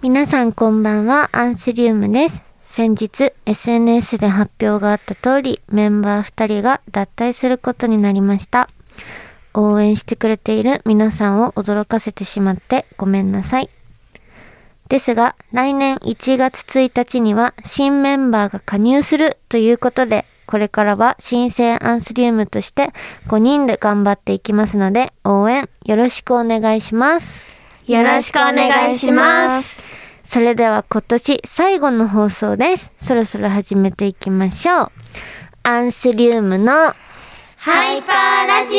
皆さんこんばんは、アンスリウムです。先日、SNS で発表があった通り、メンバー2人が脱退することになりました。応援してくれている皆さんを驚かせてしまってごめんなさい。ですが、来年1月1日には新メンバーが加入するということで、これからは新生アンスリウムとして5人で頑張っていきますので、応援よろしくお願いします。よろしくお願いします。それでは今年最後の放送です。そろそろ始めていきましょう。アンスリウムのハイパーラジ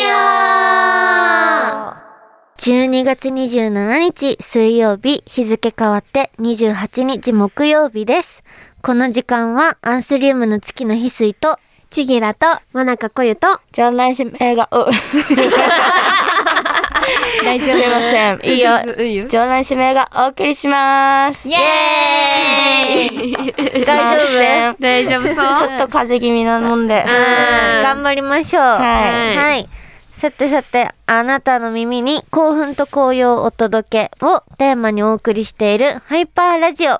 オ12月27日水曜日、日付変わって28日木曜日です。この時間はアンスリウムの月の翡翠と、ちぎらと、まなかこゆと、じゃないし、映 画、う、す大丈いません。いいよ。いいよ。場内指名がお送りします。イエーイ大丈夫大丈夫そちうょっと風邪気味なもんで。頑張りましょう。はいはい。さてさて、あなたの耳に興奮と紅葉をお届けをテーマにお送りしているハイパーラジオ。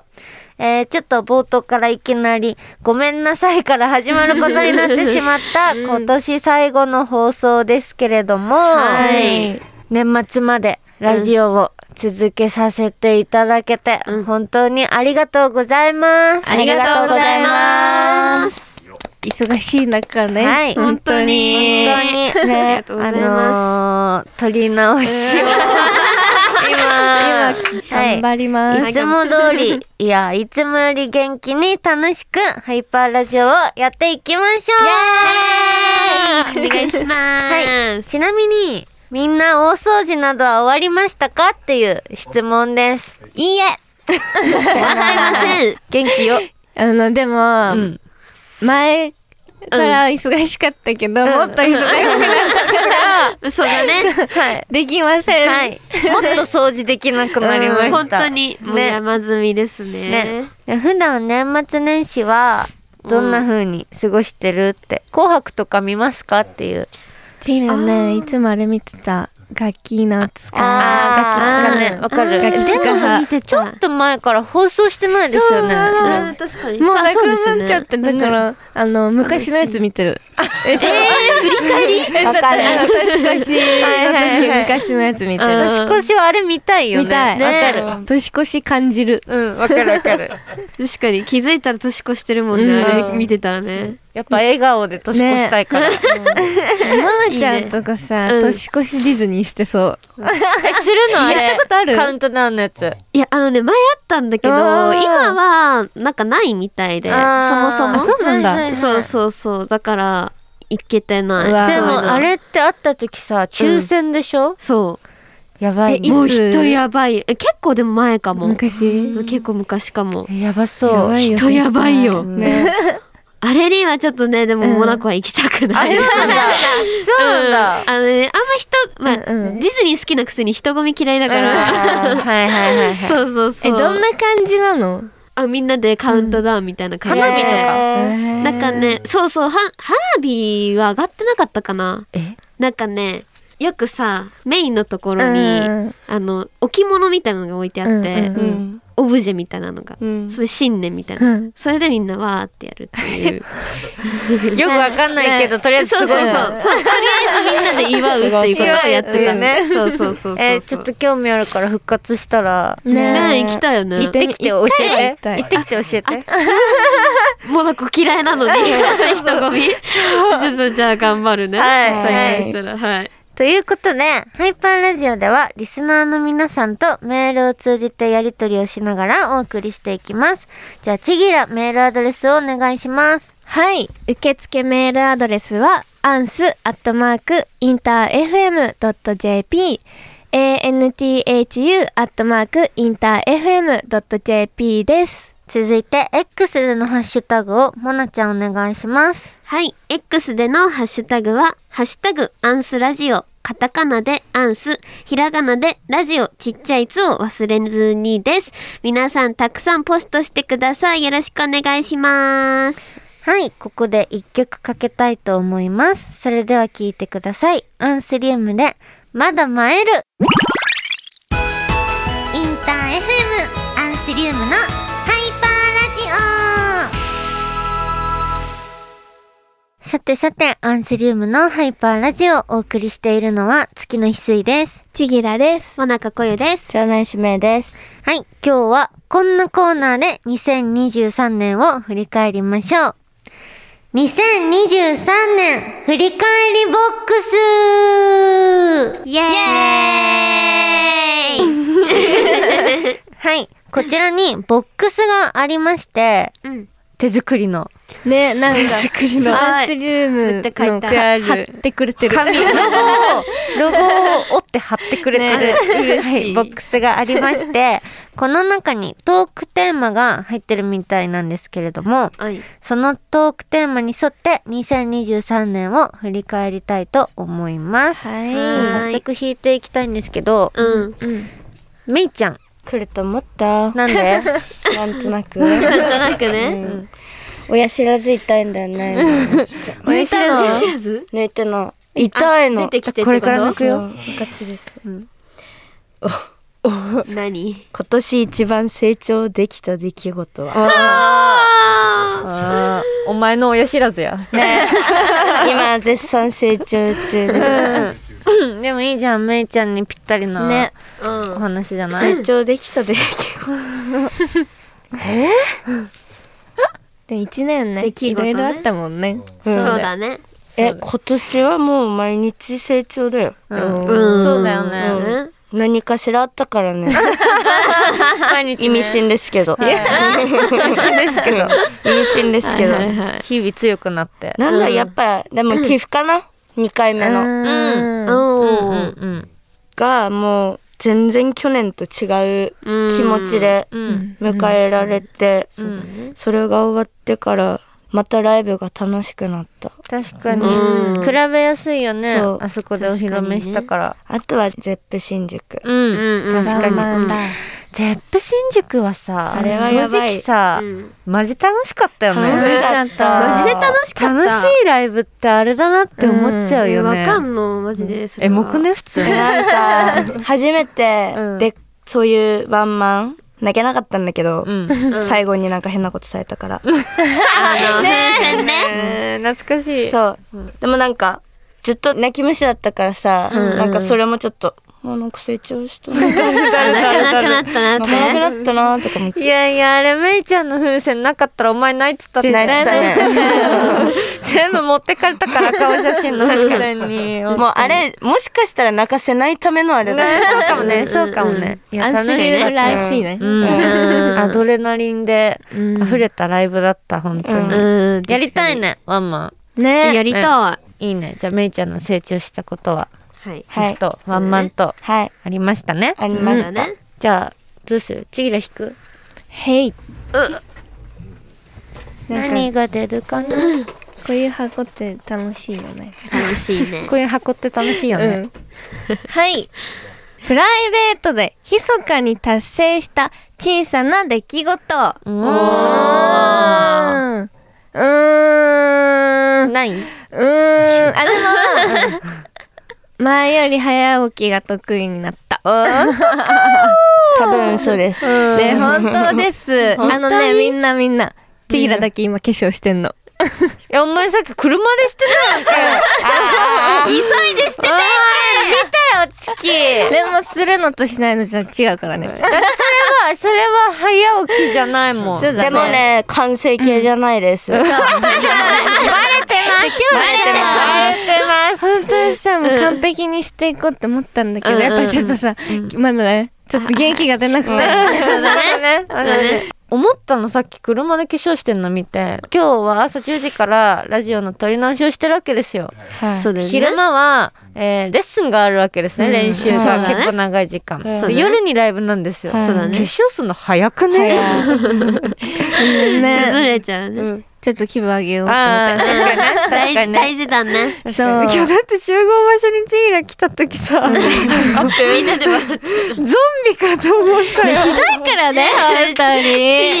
えー、ちょっと冒頭からいきなり、ごめんなさいから始まることになってしま った、今年最後の放送ですけれども、はい年末までラジオを続けさせていただけて、本当にありがとうございます。。ありがとうございます忙しい中ね、はい本当に本当にね、ありがとうございまあのー、撮り直しを今、頑張ります、はい、いつも通り、いや、いつもより元気に楽しく、ハイパーラジオをやっていきましょうお願いはしまい。 す。ちなみに、みんな大掃除などは終わりましたかっていう質問です。いいえ。わかりません。元気よ。あのでも、ん前から忙しかったけど、もっと忙しくなったからそうだね。はい。できません、はい。 もっと掃除できなくなりました。本当に、もうね山積みですねね。、普段年末年始はどんな風に過ごしてるって「紅白」とか見ますかっていうチーナねいつもあれ見てた楽器の使あーーガキ使ねわかるガでキ使も派見てちょたっ。と前から放送してないですよそうなのねうん確かに。もうなあそうでくすなっちゃっねて、だから、あの、昔のやつ見てる。え、え振り返り え、だって、あの、年越はしいはいはのい時、昔のやつ見てうんる。年越しはあれ見たいよね見たい。わかねる年越し感じる。うんわかるわかる確かに気づいたら年越してるもんね、うんあれ見てたらねやっぱ笑顔で年越したいから、 まなちゃんとかさ、いいねうん年越しディズニーしてそう。えする のあれやったことあるカウントダウンのやついやあのね前あったんだけどあ今ーはなんかないみたいでそもそもあそうなんだそうそうそうだから行けてないうわそでういうのもあれって会った時さ抽選でしょ、そやばいえういねもう人やばいえ結構でも前かも昔。結構昔かもやばそうやばいよ。人やばいよ絶ね、あれにはちょっとねでもうんモナコは行きたくあない、そうなんだそうなんだ、うんあのねあんま人、まあうんうんディズニー好きなくせに人混み嫌いだから、はいはいはいはい。そうそうそ対。え、うどんな感じなのあみんなでカウントダウンみたいな感じで、花火とかなんか。ね、そうそう、は花火は上がってなかったかな。えなんかね、よくさ、メインのところに、うんあの、置物みたいなのが置いてあって、うんうんん。オブジェみたいなのが、うんそれ新年みたいな、うん。それでみんなわーってやるっ ていう。よくわかんないけど、とりあえずそうすそうそごう。いそうとりね。あえずみんなで祝うっていうことをやってたね。すごそうそうそうそう。えー、ちょっと興味あるから復活したら、ねね行きたいよね行っ。てきて教えて。行行っっててきて教えて。モナコ嫌いなのに、人混み。ちょっとじゃあ頑張るね。はい再開したら。はい。ということで、ハイパーラジオではリスナーの皆さんとメールを通じてやり取りをしながらお送りしていきます。じゃあ、ちぎらメールアドレスをお願いします。はい。受付メールアドレスは、アンスアットマーク、インター FM.jp、anthu アットマーク、インター FM.jp です。続いて、X でのハッシュタグをもなちゃんお願いします。はい。X でのハッシュタグは、ハッシュタグアンスラジオ、カタカナでアンス、ひらがなでラジオ、ちっちゃいつを忘れずにです。皆さんたくさんポストしてください。よろしくお願いします。はい、ここで一曲かけたいと思います。それでは聴いてください。アンスリウムで、まだ舞えるインター FM、アンスリウムさてさて、アンスリウムのハイパーラジオをお送りしているのは月の翡翠です。ちぎらです。もなかこゆです。長男指名です。はい、今日はこんなコーナーで2023年を振り返りましょう。2023年振り返りボックスイエーイはい、こちらにボックスがありまして、うん。手作りのね、なんか、作りのアンスリウムめっちゃ書のいてかある貼ってくれてる。紙ロゴを、ロゴを折って貼ってくれてる、ねは嬉しい、いボックスがありまして、この中にトークテーマが入ってるみたいなんですけれども、はい。そのトークテーマに沿って2023年を振り返りたいと思います。はじゃあ早速弾いていきたいんですけど、うん。い。うん。めいちゃん、来ると思った。 なんでなんとなく。なんとなくね。親知らず痛いんだよね。抜いたの知らず抜いての。痛いあの。出てきてってことこれから抜くよ。そうガチです。何今年一番成長できた出来事 は。あーお前の親知らずや。今絶賛成長中です。うん でもいいじゃん、めいちゃんにぴったりなねお話じゃない、成長できた出来事。でも一年ね、出来い事ろねいろあったもんね。そうだね。え、今年はもう毎日成長だよ。うんうんそうだよ うね。うんん何かしらあったから ね。毎日ね意味深ですけど。意味 深ですけど。意味深ですけど。 日々強くなって。なんだ、やっぱ、でも、寄付かな ?2 回目の。ううんんおー。うん。が、もう、全然去年と違う気持ちでうん迎えられて、それが終わってから、またライブが楽しくなった。確かに、うん比べやすいよねそうあそこでお披露目したからあとは、ゼップ新宿。うん、うんうん確かに、まあまあまあゼップ新宿はさあれはやばい正直さ、うんマジ楽しかったよね楽しか楽しかったマジで楽しかった。楽しいライブってあれだなって思っちゃうえよわね、かんの、マジで。それエはモくね普通 になんか、初めてうん、で、そういうワンマン、泣けなかったんだけどう、ん、最後になんか変なことされたから。あの、風 船ね。えー懐かしいそう。でもなんか、ずっと泣き虫だったからさ、なんかそれもちょっと、もうなんか成長したな。あなくなったななっくてね。なったなとか も。いやいやあれめいちゃんの風船なかったらお前泣いてたって絶 泣いてたね。全部持ってかれたから顔写真の風船にもうあれ、もしかしたら泣かせないためのあれねだ。そうかもね、そうかもね。いや、アン楽スしリかウっムらしいね。た。うん、アドレナリンで溢れたライブだった、本当に。うん。やりたいね、ワンマねやりたい。ン。いいね。じゃあ、めいちゃんの成長したことは、はい。ギはいフト、ワンマンと、はい。ありましたね。ありままだしねた。。じゃあ、どうするちぎら引くへい。何が出るかなこういう箱って楽しいよね。楽しいね。こういう箱って楽しいよね。はい。プライベートで密かに達成した小さな出来事。うおーん。うーん。ー。うないーん。あ、でも、 前より早起きが得意になった。多分そうです。ね、本当です。あのね、みんなみんな。ちぎらだけ今化粧してんの。いや、お前さっき車でしてたやんけ。急いでしておい見たよ、月。でもするのとしないのじゃ違うからね。それは、それは早起きじゃないもん。そうだでもね、完成形じゃないです。そう。バレてます。今日ねバレてます。本当にさ、もう完璧にしていこうって思ったんだけど、やっぱちょっとさ、まだね、ちょっと元気が出なくて。そうだね。思ったのさっき車で化粧してんの見て今日は朝10時からラジオの撮り直しをしてるわけですよ、そうだよね。昼間は、えーレッスンがあるわけですね、練習そうがだね結構長い時間、んでそうだね夜にライブなんですよ、はいそうだね化粧するの早くね、ずね、れちゃうね。ちょっと気分上げようと思あっあ確かにね確か大に事、 ね大事だね。て。そう。今日だって集合場所にチギラ来た時さ あみんなで笑っゾンて。ビかと思ったよ、ひどいからね、本当に。いや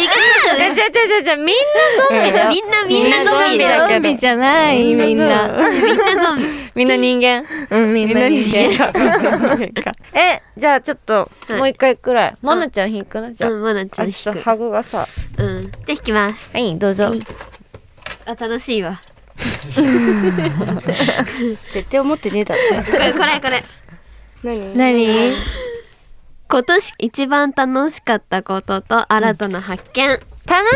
違う違う違うみんなゾンビだよみんな、みんなゾンビだよ。ゾンビじゃない、みんな。みんな ゾンビ。みんな人間うん、みんな人間。間 えじゃあちょっといもう一回くらいモナちゃん引くなじゃあうん、まなちゃあんちょっ弾とく。ハグがさうん。じゃあ弾きます。はいどうぞあ、楽しいわ。絶対思ってねえだろ。これこれこれ何何今年一番楽しかったことと新たな発見、楽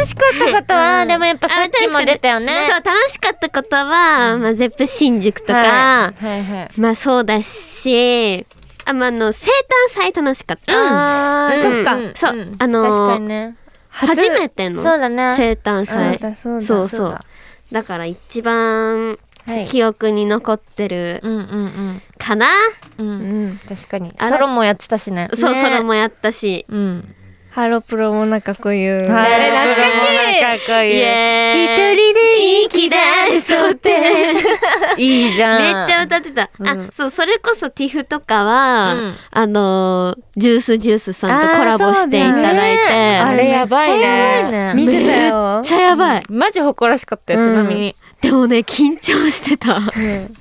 しかったことは、でもやっぱさっきも出たよね。そう楽しかったことは、まあ、ゼップ新宿とか、はいはいはい。まあそうだしあまああの生誕祭楽しかった、あー、そっか。そううんうんあのー確かにね。初めてのそうだね生誕祭そうだそうだそうそそううだだから一番はい記憶に残ってるうんうんかな、うん。うん。うん。確かに。あソらロもやってたしね。そうねそれもやったしうん。ハロプロもなんかこういう。はいね懐かしい。なんかこうイいう。一エーイ人でいい気だそうっていいじゃん。めっちゃ歌ってた、あそうそれこそ TIFF とかは、うんあのージュースジュースさんとコラボしていたねえだあいて、れやばいめっちゃやばいね。ね。見てたよめっ。ちゃやばい、マジ誇らしかったよ、うんちなみに。でもね緊張してた、い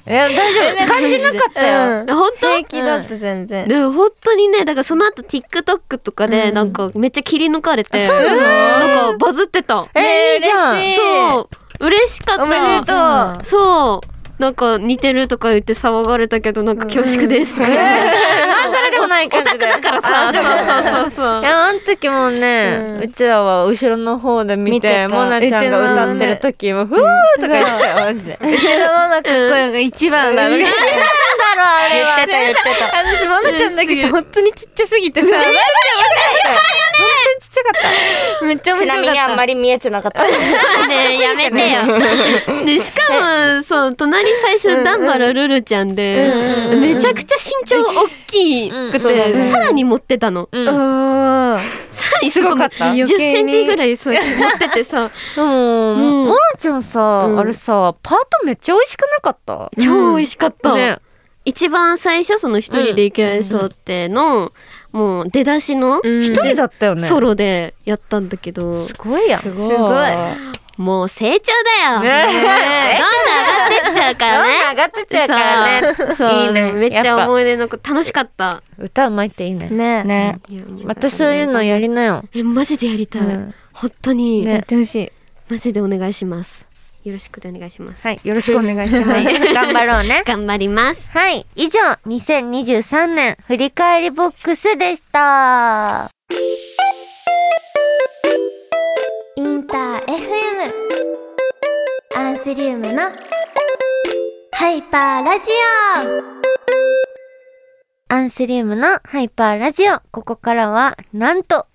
や、大丈夫。感じなかったよ。ん本当平気だった全然。でも本当にねだからその後 TikTok とかでなんかめっちゃ切り抜かれて、そうなのなんかバズってた、えー、いいじゃん。嬉しいそう嬉しかったおめでとう。そうなんか似てるとか言って騒がれたけどなんか恐縮ですとか言って、まあ、それでもない感じだよ。だから さそうそうそういそうやあの時もね、うちらは後ろの方で見見ててたモナちゃんが歌ってる時もふーとか言ってたよマジでうちのモナくん声が一番なの。言ってなんだろうあれはた言ってた。私モナちゃんだけ本当にちっちゃすぎてさ、本当にちっちゃかっめっちゃ面ち白なかっみにあんまり見えてなかった。ねやめ てよでしかもそう隣最初ダンバラルルちゃんで、めちゃくちゃ身長大きくて、さらに持ってたの、た。おーさらにすごかった10余計にセンチぐらいそう持って てさたでも、モナちゃんさ、うんあれさパートめっちゃ美味しくなかった超美味しかった、ね一番最初その一人で行けられそうっての、もう出だしのうん一人だったよねソロでやったんだけど、すごいやんすすごい。もう成長だよ、ねどんどん上がってっちゃうからねどんどん上がってっちゃうからねそうそういいねでもめっちやっゃぱ思い出のこと楽しかった歌うまいっていいねねね。ね。いやもうまたそういうのやりなよえマジでやりたい、うん本当に、やってほしい。マジでお願いしますよろしくでお願いします、はいよろしくお願いします 頑張ろうね頑張ります はい以上2023年振り返りボックスでしたインター FM アンスリウムのハイパーラジアンスリウムのハイパーラジオ。ここからは、なんと、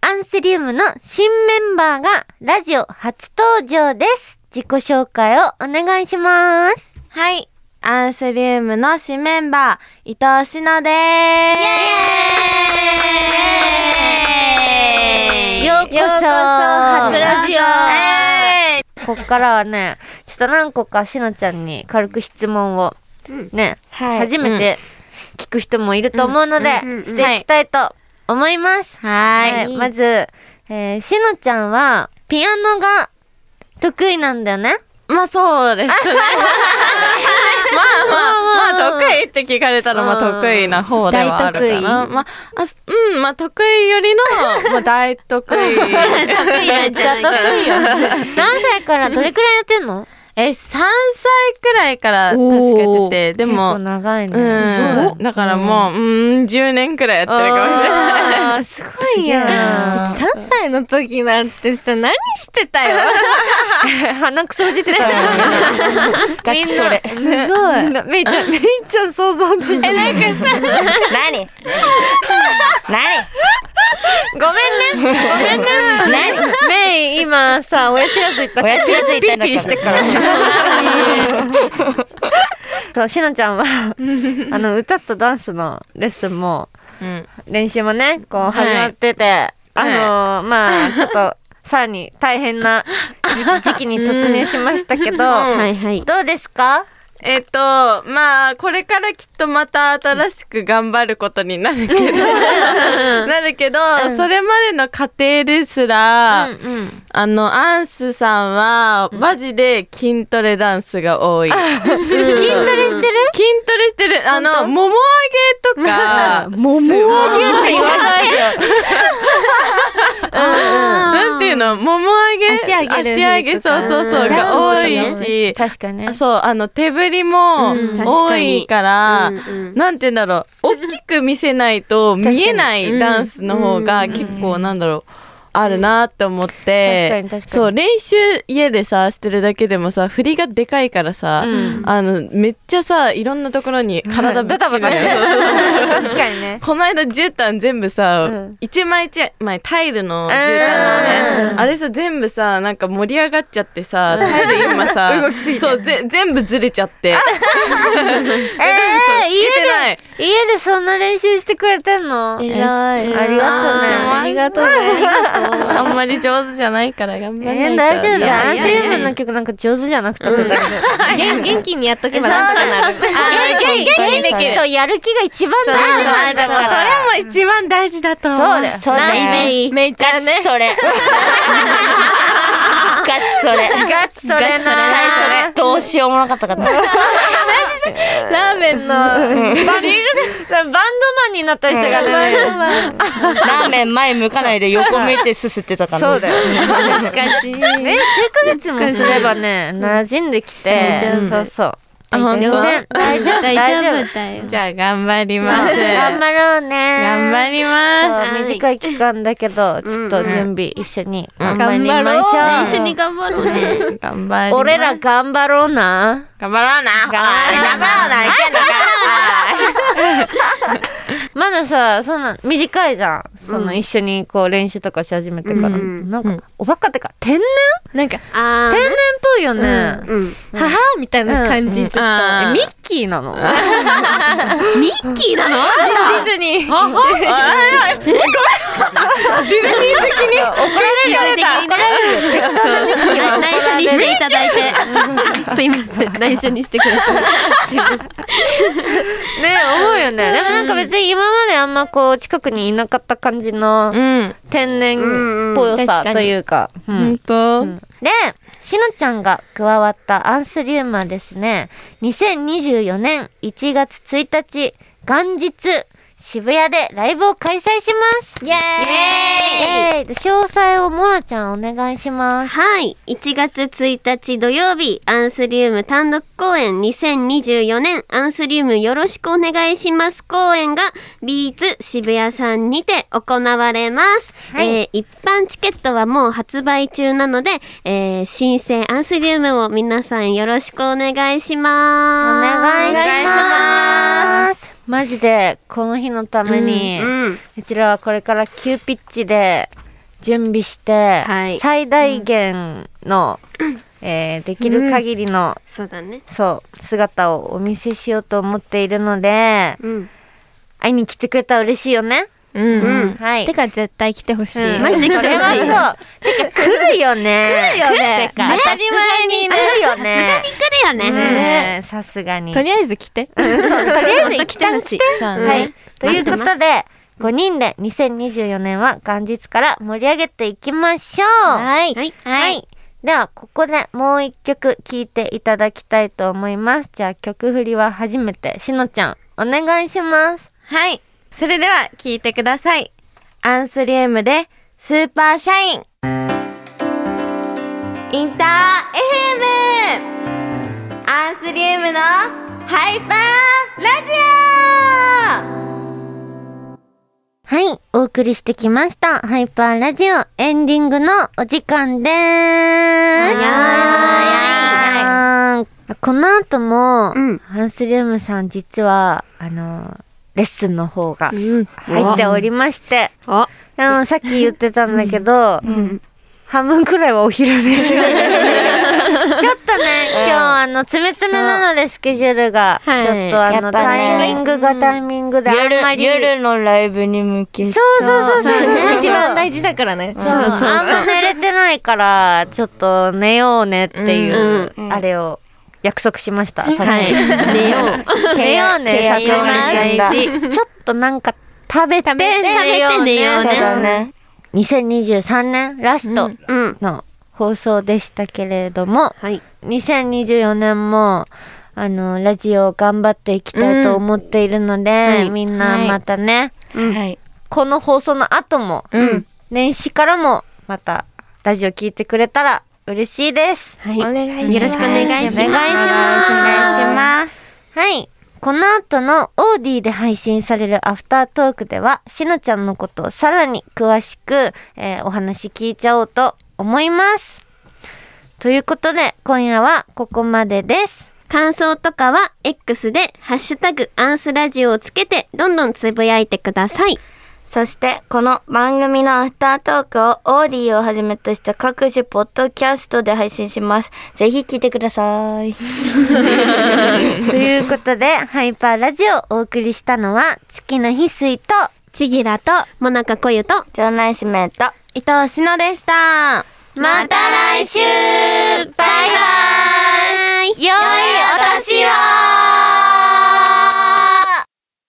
アンスリウムの新メンバーがラジオ初登場です。自己紹介をお願いします。はい。アンスリウムの新メンバー、伊藤しのです。ようこそオようこそ初ラジオここからはね、ちょっと何個かしのちゃんに軽く質問を、ね、はい初めて聞く人もいると思うので、していきたいと思います。はい。まず、えーしのちゃんは、ピアノが得意なんだよね。まあそうですね。まあまあ、まあ得意って聞かれたら、まあ得意な方ではあるか大な。まあ、あすうん、まあ得意よりの、まあ大得 意。めっちゃ楽しい よ何歳からどれくらいやってんのえ、3歳くらいから確かやってて、で結構も、長いね。うん、だからもう、うん、10年くらいやってるかもしれない。あーすごいやん。 3歳の時なんてさ何してたよ鼻くそじってた よ。ガチそれ。すごいみんなめいちゃん、めいちゃん想像できない。なんかさ 何何ごめんね。ごめんね。めい、今さ、親知らずいった親知らず行ったんだからピリピリしてから。そう、しのちゃんは、あの、歌とダンスのレッスンも、練習もね、こう、始まってて、あのー、まあ、ちょっと、さらに大変な 時時期に突入しましたけど、はいはいどうですかえっ、と、まあ、これからきっとまた新しく頑張ることになるけど、なるけど、それまでの過程ですら、あの、アンスさんは、マジで筋トレダンスが多い。筋トレしてる筋トレしてる、あの、もも上げとか、もも上げ言わないでよ。なんていういうの、もも上げ、足上げる足上げ振りとそうかそうそう、うんが多いし、確かにねあそう、あの、手振りもうん多いから、確かにうんうんなんて言うんだろう、大きく見せないと見えないダンスの方が結構なんだろう、あるなって思って、確かに確かにそう、練習家でさ、してるだけでもさ、振りがでかいからさ、あの、めっちゃさ、いろんなところに体ぶつける。確かにね。この間絨毯全部さ、一枚一枚タイルの絨毯のね、あれさ全部さなんか盛り上がっちゃってさ、タイル今 さそうぜ全部ずれちゃってえー、つけてない家でそんな練習してくれてんのえらい。ありがとうねありがとうね。ありがとう。あんまり上手じゃないから頑張んないとえー、大丈夫いだやよ。アンスリウムの曲なんか上手じゃなくたって大丈元元気にやっとけばなんとかなる。夫。元気元気とやる気が一番大事なんだから。それも一番大事だと思うそうだよ。そうだよナイジーめいちゃんね。 そ れ。ガチそれ。ガチそれな最初どうしようもなかったから。ラーメンの。バンドマンになった人がね。ラーメン前向かないで横向いてすすってたから。そうだよ。難しい。ね、数ヶ月もすればね、馴染んできて、そうそう。あ本全当然大丈夫、大大丈丈夫。夫だよ。じゃあ頑張ります頑張ろうね。頑張りますそう短い期間だけど、ちょっと準備一緒に頑張りましょ頑張う。一緒に頑張ろうね。頑張ります俺ら頑張ろうな。頑張ろうな張頑ろうないけんのかまださ、そんな短いじゃん。その一緒にこう練習とかし始めてから。うんなんか、おばっかってか、天然なんか、あ天ー然っぽいよね。うん。母みたいな感じ。ちょっあえーミッキーなのミッキーなのあなとディズニー。たれた。 内緒にしていただいて。すいません。内緒にしてくれね思うよね。でもなんか別に今まであんまこう近くにいなかった感じのうん天然っぽさというか。うん本当、で、しのちゃんが加わったアンスリウムはですね、2024年1月1日、元日、渋谷でライブを開催します。イエーイエイーイで詳細をモナちゃんお願いします。はい。1月1日土曜日、アンスリウム単独公演2024年、アンスリウムよろしくお願いします公演が、ビーツ渋谷さんにて行われます。はいえー一般チケットはもう発売中なので、えー新生アンスリウムを皆さんよろしくお願いしおます。願いします。マジで、この日のために、うん。うちらはこれから急ピッチで準備して、はい最大限の、えーできる限りの、そうだね。そう姿をお見せしようと思っているのでうん。会いに来てくれたら嬉しいよね。うんうん。はい。てか絶対来てほしい。うんマジで来そてれほしい。はそう。てか来るよね。来るよね。当ねたり前にね。来るよね。来るよね。ねさすがに。ととりりあえず来て。あえずまた来てほしい。ははい。ということで、5人で2024年は元日から盛り上げていきましょう。はい。はい。はい。では、ここでもう一曲聴いていただきたいと思います。じゃあ、曲振りは初めて、しのちゃん、お願いします。はい。それでは聞いてください。アンスリウムでスーパーシャイン。インター FM! アンスリウムのハイパーラジオはい。お送りしてきました。ハイパーラジオエンディングのお時間でーす。早い。この後も、うんハンスリウムさん実は、あの、レッスンの方が入っておりまして、あ、あの、さっき言ってたんだけど、半分くらいはお昼寝しようちょっとね、今日あの、つめつめなのでスケジュールが、ちょっはいとあの、やっぱねタイミングがタイミングであんま夜、り。夜のライブに向けて。そうそうそうそうそうそう。一番大事だからね。そうあんま寝れてないから、ちょっと寝ようねっていう、あれを約束しました、さっき。寝よう。 寝ようね、さす契が約に。ちょっとなんか食べて寝寝よよううねね。そうだね。 2023年ラストうん。の放送でしたけれども、はい。 2024年も、あの、ラジオ頑張っていきたいと思っているので、いみんなまたね、はい。この放送の後も、年始からもまたラジオ聞いてくれたら嬉しいです。はお願いします。よろしくお願いしますお願いします。お願いします。はい。この後のオーディで配信されるアフタートークでは、しのちゃんのことをさらに詳しく、えーお話聞いちゃおうと思います。ということで、今夜はここまでです。感想とかは X でハッシュタグアンスラジオをつけてどんどんつぶやいてください。そして、この番組のアフタートークをオーディをはじめとした各種ポッドキャストで配信します。ぜひ聞いてください。ということで、ハイパーラジオをお送りしたのは、月の翡翠と、ちぎらと、もなかこゆと場内指名と、伊藤しのでした。また来週バイバイ良いお年を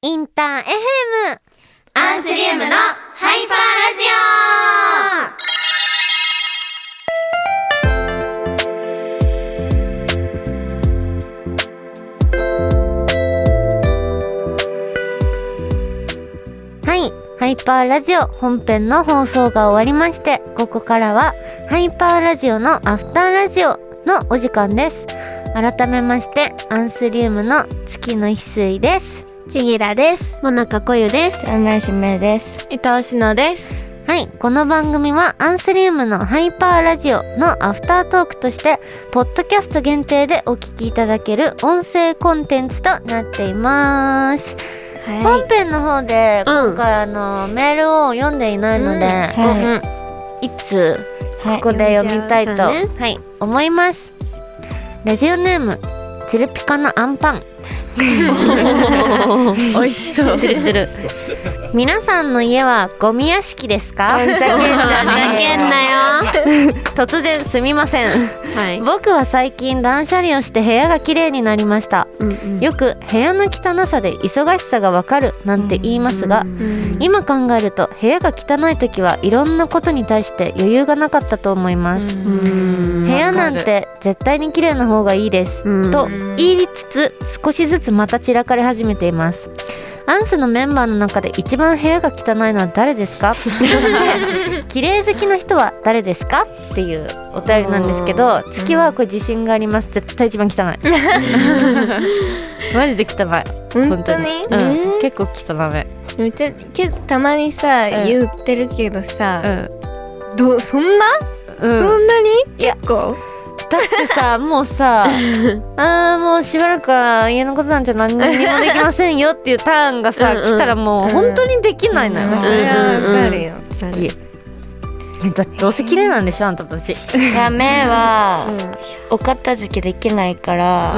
インター FM! アンスリウムのハイパーラジオはい。ハイパーラジオ本編の放送が終わりまして、ここからは、ハイパーラジオのアフターラジオのお時間です。改めまして、アンスリウムの月の翡翠です。ちぎらです。もなかこゆです。場内指名 です。伊藤しのです。はい。この番組は、アンスリウムのハイパーラジオのアフタートークとして、ポッドキャスト限定でお聞きいただける音声コンテンツとなっています。は本編の方で、うん今回、あの、メールを読んでいないので、は一通はいここで読みたいと、読んはい思いますラジオネームチルピカのアンパン 美味しそうチルチル皆さんの家はゴミ屋敷ですかい。ふざけんじゃふざけんなよ。突然すみませんはい。僕は最近断捨離をして部屋が綺麗になりましたうんよく部屋の汚さで忙しさがわかるなんて言いますが、うん今考えると部屋が汚い時はいろんなことに対して余裕がなかったと思います、部屋なんて絶対に綺麗な方がいいです、うんと言いつつ少しずつまた散らかり始めていますアンスのメンバーの中で一番部屋が汚いのは誰です かそして綺麗好きな人は誰ですかっていうお便りなんですけど月はこれ自信があります絶対一番汚い マジで汚いい。本本当当ににうん、結構汚めめっちゃ、結構たまにさ、うん言ってるけどうさ、んどう、そんなうんそんなに結構だってさもうさあーもうしばらくは家のことなんて何にもできませんよっていうターンがさうんうん来たらもう本当にできないのよ、まあそれはわかるよ。次えだってどうせ綺麗なんでしょあんたたちダメは、お片付けできないから、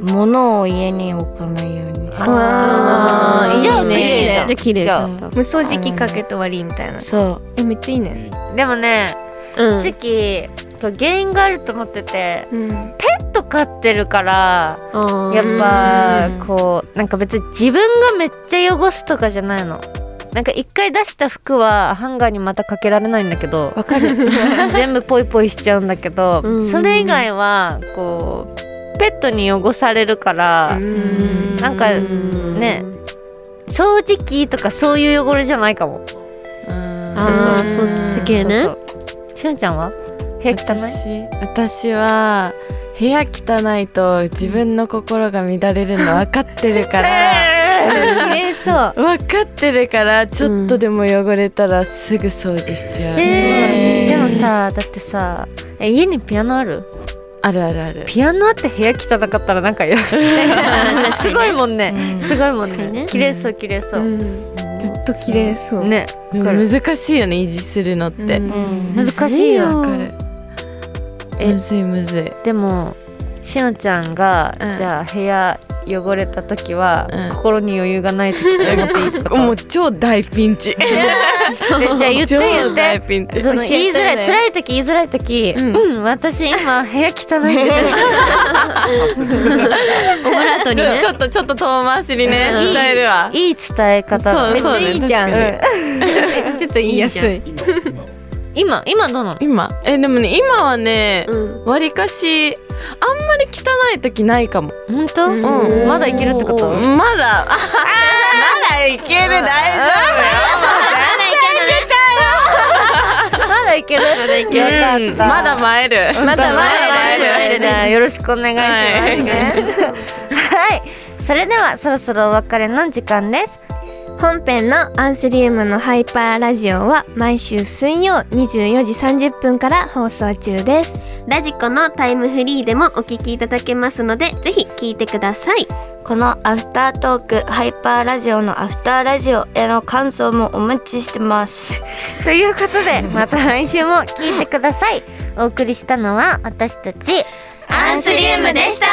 物を家に置かないように。あーじゃあいいねいいじゃあね。綺麗だっ無掃除機かけて終わりみたいな。そう。え、めっちゃいいね。でもねた。うん。次原因があると思っててうん。ペット飼ってるからやっうんぱこうなんか別に自分がめっちゃ汚すとかじゃないのなんか一回出した服はハンガーにまたかけられないんだけどわかる。 全部ポイポイしちゃうんだけど、うんそれ以外はこうペットに汚されるから、なんかね掃除機とかそういう汚れじゃないかも。ああ、そっち系ねそ。うそうしゅんちゃんは部屋汚い私私は部屋汚いと自分の心が乱れるの分かってるから綺 麗そう。分かってるからちょっとでも汚れたらすぐ掃除しちゃう、えーでもさだってさえ家にピアノあるあるあるあるピアノあって部屋汚かったらなんかや すごいもんね、すごいもん確かにねね綺麗そう綺麗そう、ずっと綺麗そう。ねでも難しいよね維持するのって、うん。難しいよわかるえむずいむずいでもしのちゃんが、うんじゃあ部屋汚れた時は、うん心に余裕がない時って思っていいってこともう超大ピ ンチで じゃあ言って 超言って 大ピンチその教えて言いづらい辛い時言いづらい時、うん、私今部屋汚いんですオブラートにねちょ。っとちょっと遠回しにね伝えるわいい伝え方そうめっちゃいいじゃん。そうちょっとちょっと言いやすい。今今どうなの今えでもね今はねうんわり、かしあんまり汚い時ないかも本当、うんうんまだいけるってことまだ あまだいける大丈夫よまだいける。ままだいけるまだいけうんまだ前る。まだ前る前るじゃあよろしくお願いしますね。はい、それではそろそろお別れの時間です。本編のアンスリウムのハイパーラジオは毎週水曜24時30分から放送中ですラジコのタイムフリーでもお聞きいただけますので、ぜひ聞いてください。このアフタートークハイパーラジオのアフターラジオへの感想もお待ちしてますということでまた来週も聞いてください。お送りしたのは私たちアンスリウムでした